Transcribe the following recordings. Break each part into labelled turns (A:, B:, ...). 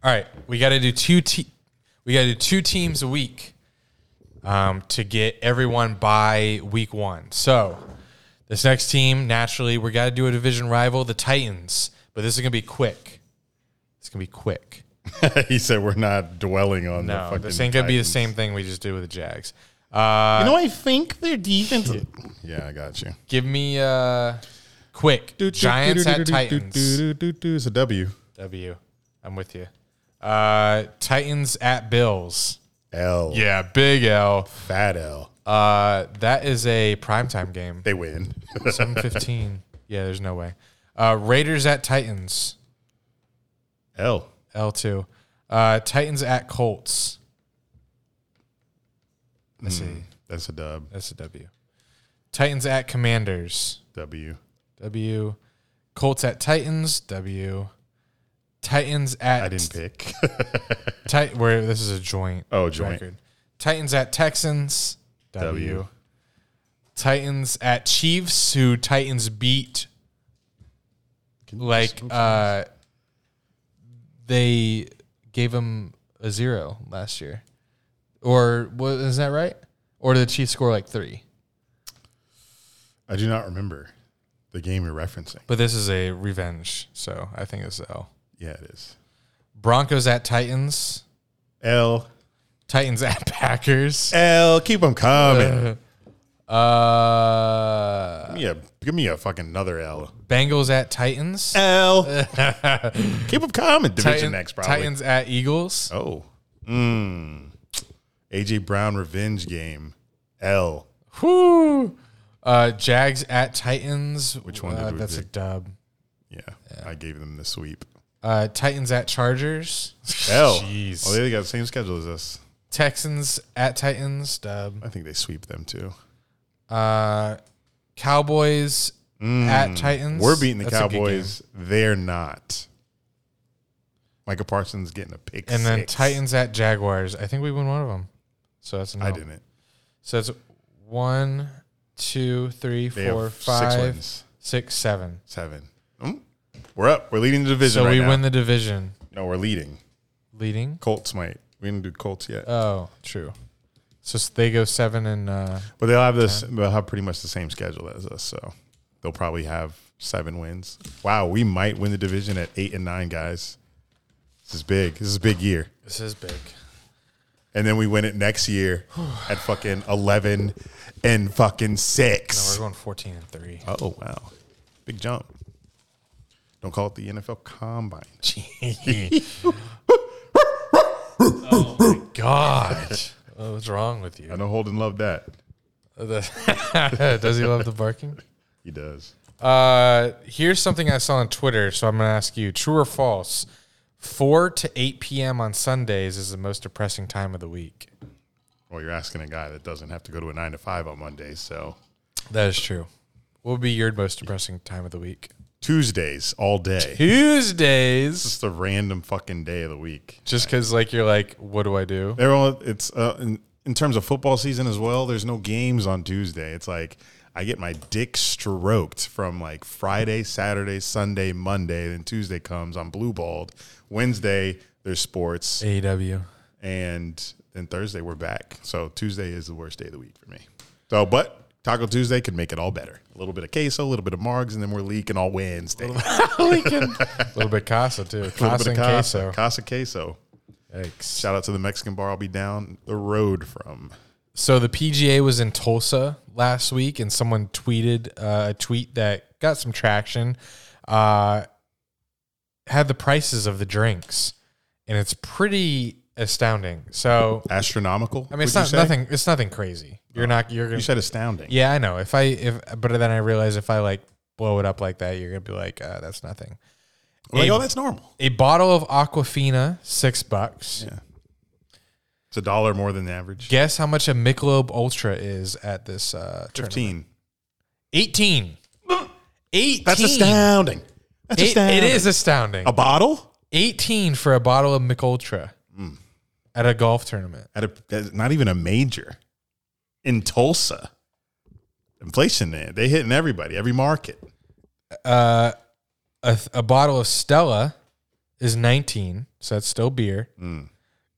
A: All right, we got to do two te- we got to do two teams a week um, to get everyone by week one. So this next team, naturally, we got to do a division rival, the Titans. But this is gonna be quick. It's gonna be quick.
B: he said we're not dwelling on the
A: No,
B: fucking.
A: this ain't gonna be the
B: Titans.
A: same thing we just did with the Jags. Uh,
C: You know, I think their defense.
B: Yeah, I got you.
A: give me uh, quick Giants at Titans.
B: It's a W.
A: W, I'm with you. Uh, Titans at Bills.
B: L.
A: Yeah, big L.
B: Fat L.
A: Uh, that is a primetime game.
B: They win.
A: 715. Yeah, there's no way. Uh, Raiders at Titans.
B: L.
A: L2. Uh, Titans at Colts. That's,
B: Hmm.
A: a,
B: That's a dub.
A: that's a W. Titans at Commanders.
B: W.
A: W. Colts at Titans. W. Titans at
B: I didn't pick.
A: Tit- where this is a joint.
B: Oh, joint.
A: Titans at Texans. W.
B: W.
A: Titans at Chiefs, who Titans beat. Like uh, they gave them a zero last year, or was is that right? Or did the Chiefs score like three?
B: I do not remember the game you're referencing.
A: But this is a revenge, so I think it's L.
B: Yeah, it is.
A: Broncos at Titans.
B: L.
A: Titans at Packers.
B: L. Keep them coming.
A: Uh,
B: Give me a, give me a fucking another L.
A: Bengals at Titans.
B: L. Keep them coming. Division
A: Titan-
B: next, probably.
A: Titans at Eagles.
B: Oh. Mm. AJ Brown revenge game. L.
A: Whoo! Uh, Jags at Titans. Which
B: one
A: Uh,
B: did we
A: that's a
B: pick?
A: dub.
B: Yeah, I gave them the sweep.
A: Uh, Titans at Chargers.
B: L.
A: Jeez.
B: Oh, they got the same schedule as us.
A: Texans at Titans. Dub.
B: I think they sweep them too.
A: Uh, Cowboys at Titans.
B: Mm. We're beating the
A: That's a good
B: Cowboys. They're not. Michael Parsons getting a pick.
A: game. And then
B: six.
A: Titans at Jaguars. I think we won one of them. So that's a no.
B: I didn't.
A: So it's one, two, three,
B: They
A: four,
B: have six
A: five,
B: wins.
A: six, seven.
B: Seven. Mm. We're up. We're leading the division.
A: So
B: right
A: we
B: now.
A: win the division,
B: No, we're leading.
A: leading.
B: Colts might. We didn't do Colts yet,
A: Oh, true. So s- they go seven and uh,
B: but they'll have this. They'll have pretty much the same schedule as us. So they'll probably have seven wins. Wow, we might win the division at eight and nine, guys. This is big. This is a big year.
A: this is big.
B: and then we win it next year at fucking 11 and fucking
A: No,
B: 6.
A: we're going fourteen and three.
B: oh, wow. Big jump. Don't call it the NFL Combine.
A: Oh, God, what's wrong with
B: I
A: you?
B: know Holden loved that.
A: The- Does he love the barking?
B: He does.
A: Uh, here's something I saw on Twitter, so I'm gonna ask you: true or false? Four to eight p.m. on Sundays is the most depressing time of the week.
B: Well, you're asking a guy that doesn't have to go to a 9 to 5 on Mondays. So
A: That is true. What would be your most depressing time of the week?
B: Tuesdays all day.
A: Tuesdays.
B: It's the random fucking day of the week.
A: Just because, like, you're like, what do I do?
B: They're all, it's uh, in, in terms of football season as well, there's no games on Tuesday. It's like I get my dick stroked from like Friday, Saturday, Sunday, Monday, then Tuesday comes, I'm blue balled. Wednesday, there's sports,
A: AW.
B: and then Thursday we're back. So Tuesday is the worst day of the week for me. So but Taco Tuesday could make it all better. A little bit of queso, a little bit of margs, and then we're leaking all Wednesday. A little,
A: A little bit casa too. Casa
B: bit of
A: and
B: casa,
A: queso.
B: casa queso.
A: Yikes.
B: Shout out to the Mexican bar I'll be down the road from.
A: So the PGA was in Tulsa last week, and someone tweeted uh, a tweet that got some traction. Uh, had the prices of the drinks, and it's pretty astounding. So
B: Astronomical.
A: I mean, it's
B: would you
A: not
B: say?
A: nothing. It's nothing crazy. You're not. You're
B: You
A: gonna.
B: said astounding.
A: Yeah, I know. If I if but then I realize if I like blow it up like that, you're gonna be like, uh, that's nothing.
B: I'm like,
A: Hey.
B: oh, that's normal.
A: A bottle of Aquafina, six bucks.
B: It's a dollar more than the average.
A: Guess how much a Michelob Ultra is at this uh, tournament?
B: 15.
A: 18. 18.
B: That's astounding. That's
A: It-
B: astounding.
A: it is astounding.
B: A bottle?
A: 18 for a bottle of McUltra
B: Mm.
A: at a golf tournament.
B: At a, at not even a major. In Tulsa. Inflation there. They hitting everybody, every market.
A: A, th- a bottle of Stella is 19, so that's still beer.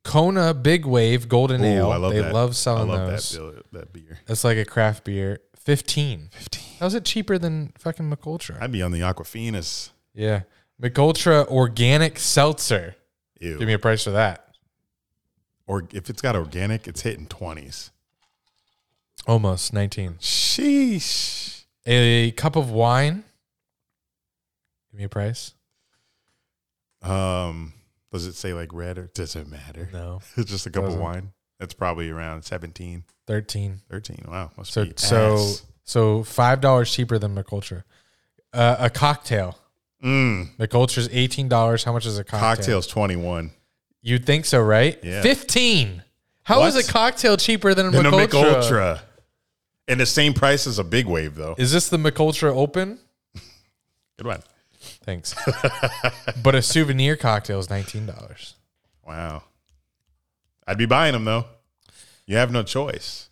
A: Kona Big Wave Golden
B: Mm. Ooh,
A: Ale.
B: I love
A: they
B: that.
A: love selling
B: I love
A: those.
B: that bill- that beer.
A: That's like a craft beer. 15. 15. How's it cheaper than fucking McUltra?
B: I'd be on the Aquafinas.
A: yeah. McUltra Organic Seltzer.
B: Ew.
A: Give me a price for that.
B: or if it's got organic, it's hitting twenties.
A: Almost 19.
B: Sheesh.
A: A cup of wine. Give me a price.
B: Um, does it say like red or does it matter?
A: No.
B: It's just a cup
A: Doesn't.
B: of wine. That's probably around 17,
A: 13.
B: 13. Wow. Must
A: So
B: be
A: so
B: ass.
A: so five dollars cheaper than McUltra. Uh, a cocktail.
B: Mm,
A: McUltra's eighteen dollars. How much is a cocktail?
B: cocktails 21.
A: You'd think so, right?
B: Yeah.
A: Fifteen. How is
B: What?
A: a cocktail cheaper than a
B: Then a
A: McUltra?
B: McUltra. And the same price as a big wave though.
A: Is this the McUltra Open?
B: Good one.
A: Thanks. but a souvenir cocktail is nineteen dollars.
B: Wow. I'd be buying them though. You have no choice.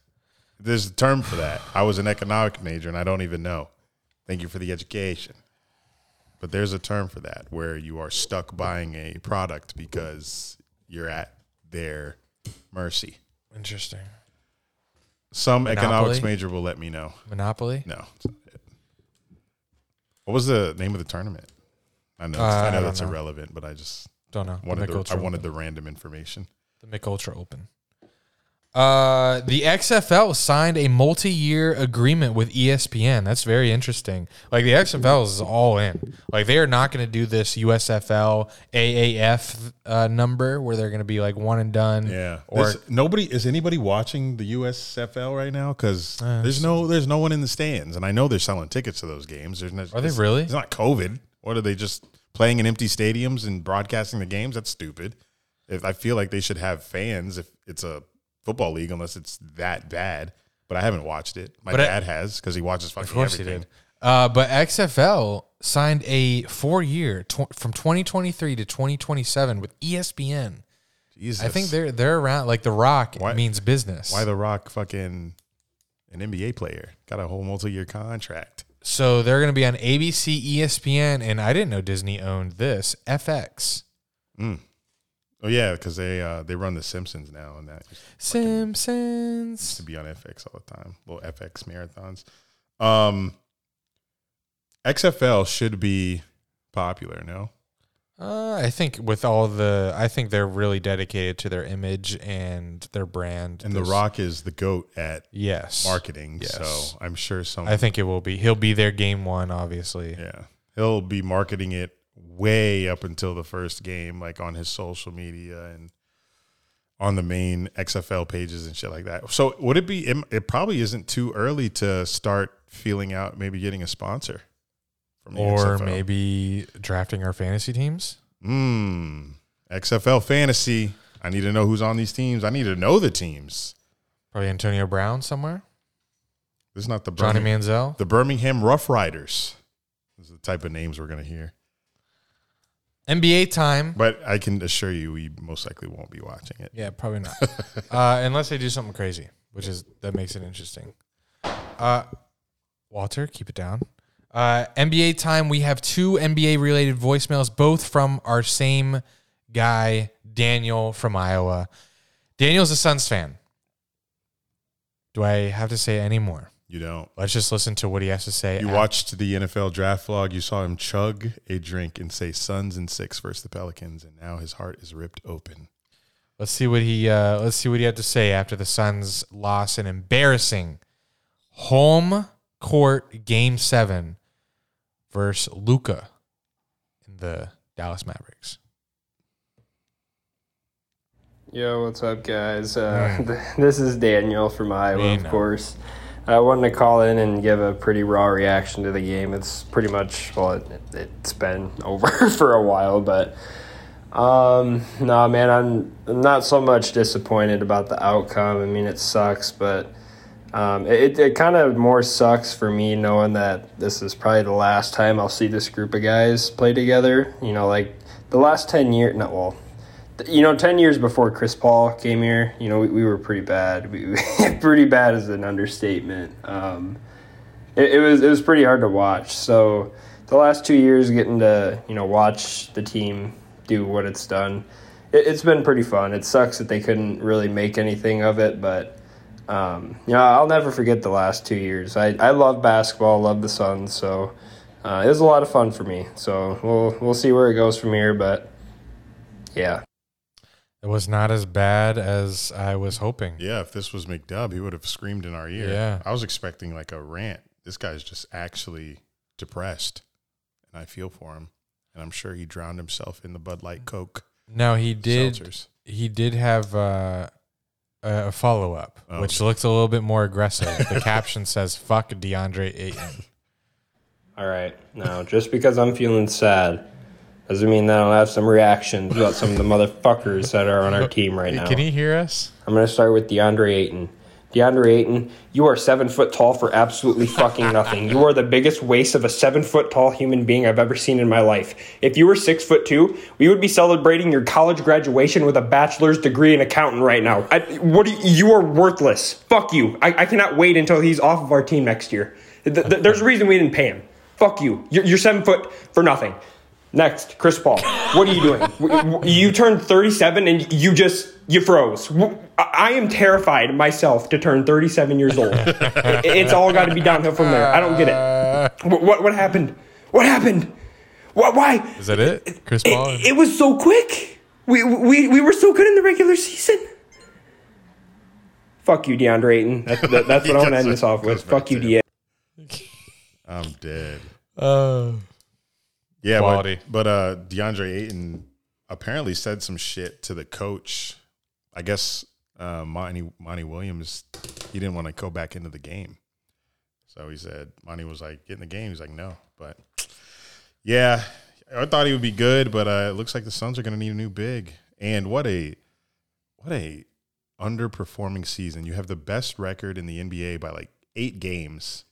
B: There's a term for that. I was an economic major and I don't even know. Thank you for the education. But there's a term for that where you are stuck buying a product because you're at their mercy.
A: Interesting.
B: Some economics
A: Monopoly?
B: major will let me know.
A: Monopoly.
B: No. it's not it. What was the name of the tournament? I know,
A: Uh,
B: I
A: I
B: know
A: don't
B: that's
A: know.
B: irrelevant, but I just
A: Don't know. The
B: wanted the, I
A: McUltra
B: wanted the random information.
A: The McUltra Open. Uh, the XFL signed a multi-year agreement with E ESPN. That's very interesting. Like the XFL is all in. Like they are not going to do this USFL AAF uh, number where they're going to be like one and done.
B: Yeah.
A: Or
B: This- nobody is anybody watching the USFL right now
A: Uh,
B: because there's no there's no one in the stands, and I know they're selling tickets to those games. There's no,
A: are they
B: it's-
A: really?
B: It's not COVID. What are they just playing in empty stadiums and broadcasting the games? That's stupid. If I feel like they should have fans if it's a football league, unless it's that bad. But I haven't watched it. My
A: But I-
B: dad has because he watches fucking
A: Of course he
B: everything.
A: did. Uh, but XFL signed a four-year tw- from 2023 to 2027 with E ESPN.
B: Jesus.
A: I think they're they're around like the Rock
B: Why-
A: means business.
B: why the Rock fucking an NBA player got a whole multi year contract.
A: So they're going to be on ABC, ESPN, and I didn't know Disney owned this FX.
B: Oh yeah, because they uh, they run The Simpsons now, and that used
A: Simpsons.
B: to be on FX all the time. Little FX marathons. Um, XFL should be popular. No,
A: Uh, I think with all the, I think they're really dedicated to their image and their brand.
B: and
A: There's-
B: The Rock is the goat at
A: yes,
B: marketing,
A: Yes.
B: so I'm sure some.
A: I think it will be. He'll be there game one, obviously.
B: yeah, he'll be marketing it way up until the first game, like on his social media and on the main XFL pages and shit like that. So would it be? It it probably isn't too early to start feeling out, maybe getting a sponsor. From the
A: Or
B: XFL.
A: maybe drafting our fantasy teams.
B: Mm, XFL fantasy. I need to know who's on these teams. I need to know the teams.
A: Probably Antonio Brown somewhere.
B: This is not the
A: Johnny
B: Birmingham,
A: Manziel.
B: the Birmingham Rough Riders. This is the type of names we're going to hear.
A: NBA time.
B: But I can assure you, we most likely won't be watching it.
A: Yeah, probably not. uh, unless they do something crazy, which is that makes it interesting. Uh, Walter, keep it down. Uh, NBA time. We have two NBA related voicemails, both from our same guy, Daniel from Iowa. Daniel's a Suns fan. Do I have to say any more?
B: You don't.
A: Let's just listen to what he has to say.
B: You
A: af-
B: watched the NFL draft vlog. You saw him chug a drink and say Suns and six versus the Pelicans, and now his heart is ripped open.
A: Let's see what he uh, let's see what he had to say after the Suns' loss in embarrassing home court game seven versus Luca in the Dallas Mavericks.
D: Yo, what's up, guys? Uh, this is Daniel from Iowa,
A: Daniel.
D: of course. I wanted to call in and give a pretty raw reaction to the game. It's pretty much, well, it, it's been over for a while, but um, no, man, I'm, I'm not so much disappointed about the outcome. I mean, it sucks, but um, it, it kind of more sucks for me knowing that this is probably the last time I'll see this group of guys play together. You know, like the last 10 years, not well, you know, 10 years before Chris Paul came here, you know, we, we were pretty bad. We, pretty bad is an understatement. Um, it, it was it was pretty hard to watch. So the last two years, getting to you know watch the team do what it's done. It, it's been pretty fun. It sucks that they couldn't really make anything of it, but um, you know, I'll never forget the last two years. I, I love basketball, love the Suns, so uh, it was a lot of fun for me. So we'll we'll see where it goes from here, but yeah.
A: It was not as bad as I was hoping.
B: Yeah, if this was McDub, he would have screamed in our ear.
A: Yeah.
B: I was expecting like a rant. This guy's just actually depressed, and I feel for him. And I'm sure he drowned himself in the Bud Light Coke
A: Now he did.
B: seltzers.
A: He did have uh, a follow up,
B: Oh,
A: which
B: okay.
A: looks a little bit more aggressive. The caption says "fuck DeAndre Ayton."
D: All right. Now, just because I'm feeling sad doesn't mean that I don't have some reactions about some of the motherfuckers that are on our team right now.
A: Can he hear us?
D: I'm going to start with DeAndre Ayton. DeAndre Ayton, you are seven foot tall for absolutely fucking nothing. You are the biggest waste of a seven foot tall human being I've ever seen in my life. If you were six foot two, we would be celebrating your college graduation with a bachelor's degree in accounting right now. I, what do you, you are worthless. Fuck you. I, I cannot wait until he's off of our team next year. Th- th- there's a reason we didn't pay him. Fuck you. You're, you're seven foot for nothing. Next, Chris Paul. What are you doing? W- w- you turned 37 and you just you froze. W- I I am terrified myself to turn 37 years old. I- It's all got to be downhill from there. I don't get
A: Uh.
D: it. What what, what happened? What happened? Wh- Why?
A: Is that it, Chris Paul?
D: It, it was so quick. We, we we were so good in the regular season. Fuck you, DeAndre Ayton. That, that, that's what I want to end this off with. Fuck you, DA.
B: I'm dead.
A: Uh,
B: Yeah,
A: Quality.
B: but, but uh, DeAndre Ayton apparently said some shit to the coach. I guess uh, Monty Monty Williams he didn't want to go back into the game, so he said Monty was like, "Get in the game." He's like, "No," but yeah, I thought he would be good, but uh, it looks like the Suns are going to need a new big. And what a what a underperforming season! You have the best record in the NBA by like eight games,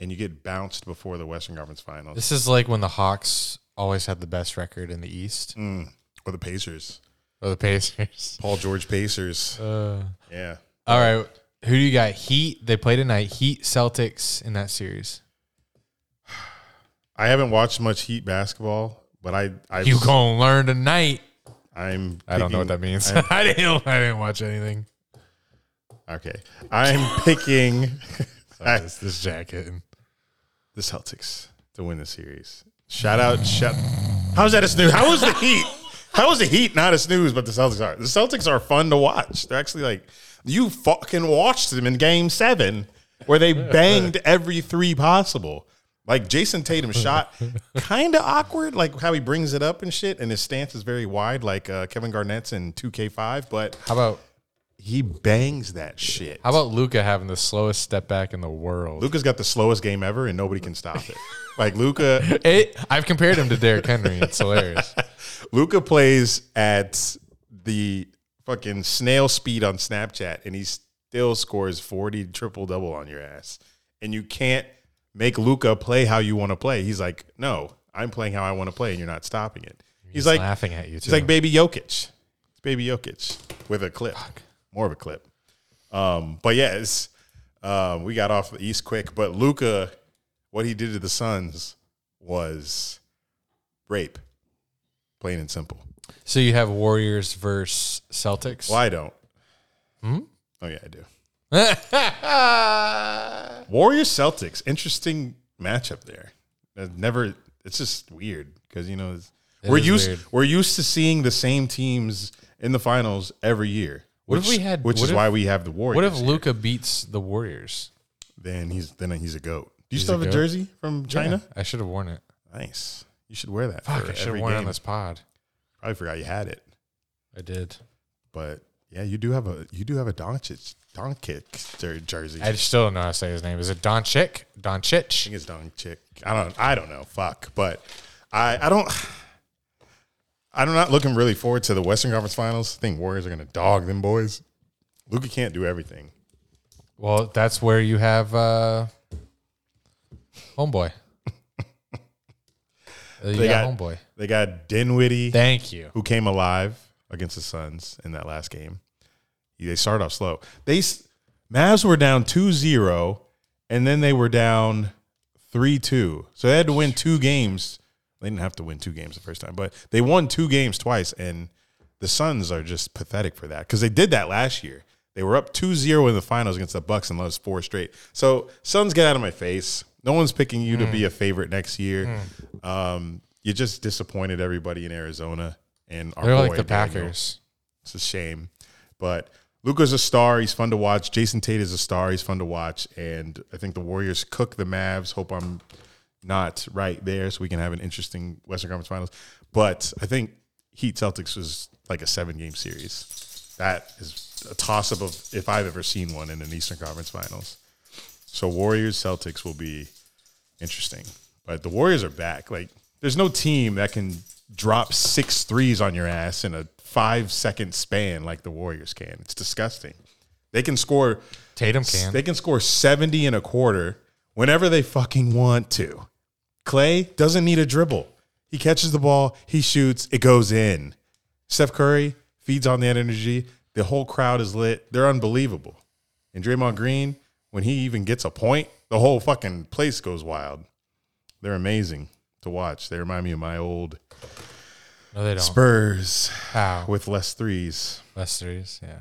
B: and you get bounced before the Western Conference Finals.
A: this is like when the Hawks always had the best record in the East,
B: Mm. Or the Pacers.
A: or the Pacers.
B: Paul George Pacers.
A: Uh,
B: Yeah.
A: all right, who do you got? Heat. They play tonight. Heat Celtics in that series.
B: I haven't watched much Heat basketball, but I I've,
A: You gonna learn tonight?
B: I'm
A: I don't know what that
B: picking-
A: means.
B: I'm-
A: I didn't. I didn't watch anything.
B: okay. I'm picking I-
A: It's this jacket.
B: the Celtics to win the series. Shout out shout How's that a snooze? How was the Heat? How was the Heat not a snooze, but the Celtics are. The Celtics are fun to watch. They're actually like you fucking watched them in game 7 where they banged every three possible. Like Jason Tatum shot kind of awkward, like how he brings it up and shit, and his stance is very wide, like uh, Kevin Garnett's in 2K5, but
A: How about
B: he bangs that shit.
A: how about Luca having the slowest step back in the world?
B: Luca's got the slowest game ever, and nobody can stop it. Like Luca,
A: It, I've compared him to Derrick Henry. It's hilarious.
B: Luca plays at the fucking snail speed on Snapchat, and he still scores forty triple double on your ass. And you can't make Luca play how you want to play. He's like, no, I'm playing how I want to play, and you're not stopping it. He's like,
A: laughing at you. Too.
B: It's like Baby Jokic. It's Baby Jokic with a clip, more of a clip. Um, but yeah, it's, um, we got off the East quick. But Luca, what he did to the Suns was rape, plain and simple.
A: so you have Warriors versus Celtics.
B: Well, I don't. Hmm? Oh yeah, I do. Warriors Celtics, interesting matchup there. Uh, Never, it's just weird because you know it's,
A: It
B: we're
A: is
B: used
A: weird.
B: we're used to seeing the same teams in the finals every year.
A: What if
B: which,
A: we had-
B: Which
A: what
B: is
A: if-
B: why we have the Warriors.
A: What if
B: here.
A: Luca beats the Warriors?
B: Then he's then he's a goat. Do you
A: He's
B: still
A: a
B: have a
A: goat.
B: jersey from China?
A: Yeah, I should have worn it.
B: Nice. You should wear that.
A: Fuck,
B: for
A: I should have
B: every
A: worn it on
B: game.
A: this pod.
B: Probably forgot you had it,
A: I did.
B: but yeah, you do have a you do have a Doncic Doncic jer- jersey.
A: I still don't know how to say his name. Is it Doncic? Doncic?
B: think it's Don Chick. I don't. I don't know. Fuck. But I. I don't. I'm not looking really forward to the Western Conference Finals. I think Warriors are gonna dog them boys. Luca can't do everything.
A: Well, that's where you have uh, homeboy. Uh, you
B: They
A: got,
B: got-
A: homeboy.
B: They got Dinwiddie,
A: Thank you.
B: who came alive against the Suns in that last game. They started off slow. They s- Mavs were down 2-0, and then they were down three two. So they had to win two games. They didn't have to win two games the first time, but they won two games twice. And the Suns are just pathetic for that because they did that last year. They were up 2-0 in the finals against the Bucks and lost four straight. So Suns, get out of my face. No one's picking you to
A: Mm.
B: be a favorite next year. Um, you just disappointed everybody in Arizona and our
A: They're like
B: boy,
A: the
B: Daniel.
A: Packers.
B: It's a shame, but Luca's a star. He's fun to watch. Jason Tate is a star. He's fun to watch, and I think the Warriors cook the Mavs. Hope I'm not right there, so we can have an interesting Western Conference Finals. But I think Heat Celtics was like a seven game series. That is a toss up of if I've ever seen one in an Eastern Conference Finals. So Warriors Celtics will be interesting. But the Warriors are back. Like there's no team that can drop six threes on your ass in a five second span like the Warriors can. It's disgusting. They can score
A: Tatum can.
B: they can score 70 and a quarter whenever they fucking want to. Clay doesn't need a dribble. He catches the ball, he shoots, it goes in. Steph Curry feeds on that energy. The whole crowd is lit. They're unbelievable. And Draymond Green, when he even gets a point, the whole fucking place goes wild. They're amazing to watch. They remind me of my old
A: no, they don't.
B: Spurs
A: How?
B: with less threes.
A: Less threes, yeah.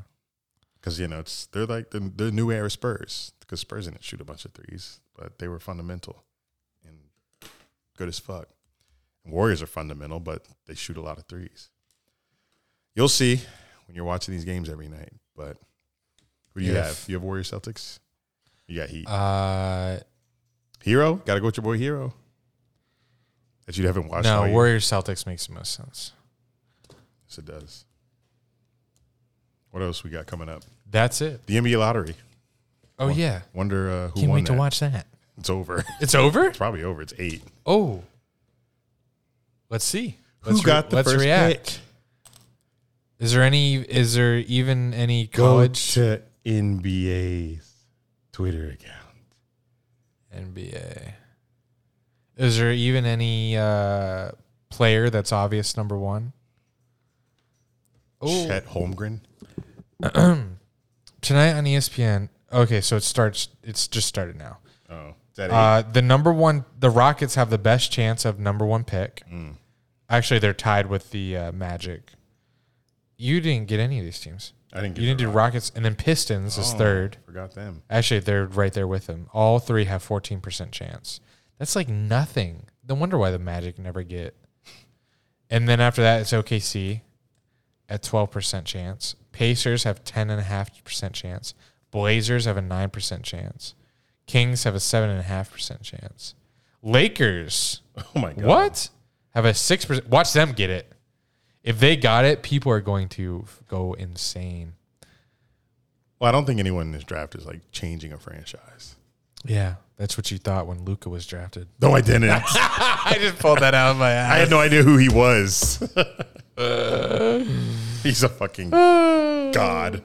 B: because you know it's they're like the, the new era Spurs because Spurs didn't shoot a bunch of threes, but they were fundamental and good as fuck. And Warriors are fundamental, but they shoot a lot of threes. You'll see when you're watching these games every night. But who do you
A: Yes.
B: have? You have Warriors Celtics. You got Heat.
A: Uh,
B: Hero. Got to go with your boy Hero. That you haven't watched. all
A: no,
B: year.
A: Warriors Celtics makes the most sense.
B: Yes, it does. What else we got coming up?
A: That's it.
B: The NBA lottery.
A: Oh yeah,
B: Wonder uh, who
A: can't
B: won
A: wait to
B: that.
A: watch that.
B: It's over.
A: It's over.
B: It's probably over. It's eight.
A: Oh, let's see.
B: Who
A: Let's
B: got the
A: let's
B: first
A: react.
B: pick?
A: Is there any? Is there even any college
B: Go to NBA's Twitter account.
A: NBA? Is there even any uh, player that's obvious number one? Oh,
B: Chet Holmgren.
A: tonight on E ESPN. Okay, so it starts. It's just started now.
B: Oh, is that eight?
A: Uh, the number one, the Rockets have the best chance of number one pick.
B: Mm.
A: Actually, they're tied with the uh, Magic. You didn't get any of these teams.
B: I didn't. Get
A: You didn't
B: the
A: do Rockets, and then Pistons is
B: Oh,
A: third.
B: Forgot them.
A: Actually, they're right there with them. All three have fourteen percent chance. That's like nothing. No wonder why the Magic never get. And then after that, it's OKC at twelve percent chance. Pacers have ten and a half percent chance. Blazers have a nine percent chance. Kings have a seven and a half percent chance. Lakers,
B: Oh my god.
A: what? Have a six percent. Watch them get it. If they got it, people are going to f- go insane.
B: Well, I don't think anyone in this draft is like changing a franchise.
A: Yeah, that's what you thought when Luca was drafted.
B: No, I didn't. I
A: I just pulled that out of my ass.
B: had no idea who he was. He's a fucking god.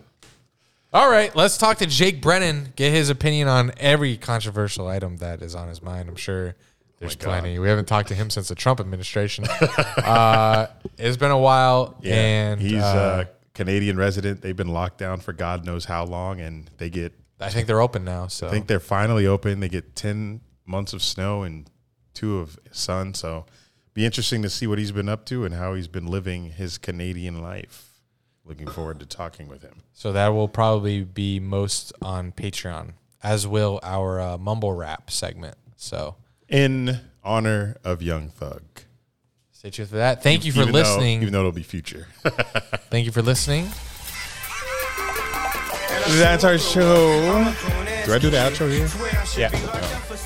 A: All right, let's talk to Jake Brennan, get his opinion on every controversial item that is on his mind. I'm sure there's plenty. We haven't talked to him since the Trump administration. uh, it's been a while,
B: Yeah,
A: and
B: he's
A: uh,
B: a Canadian resident. They've been locked down for God knows how long, and they get
A: I think they're open now. So
B: I think they're finally open. They get 10 months of snow and two of sun. So be interesting to see what he's been up to and how he's been living his Canadian life. Looking forward to talking with him.
A: so that will probably be most on Patreon, as will our uh, mumble rap segment. So
B: In honor of Young Thug.
A: stay tuned for that. Thank you for
B: Even though-
A: listening.
B: even though it'll be future.
A: Thank you for listening.
B: That's our show. Do I do the outro here?
A: Yeah.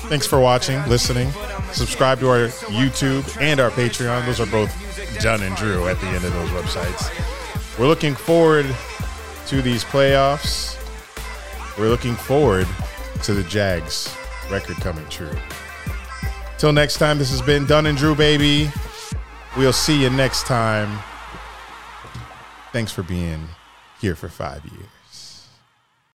B: Thanks for watching, listening. Subscribe to our YouTube and our Patreon. Those are both John and Drew at the end of those websites. We're looking forward to these playoffs. We're looking forward to the Jags record coming true. Till next time, this has been Dunn and Drew, baby. We'll see you next time. Thanks for being here for five years.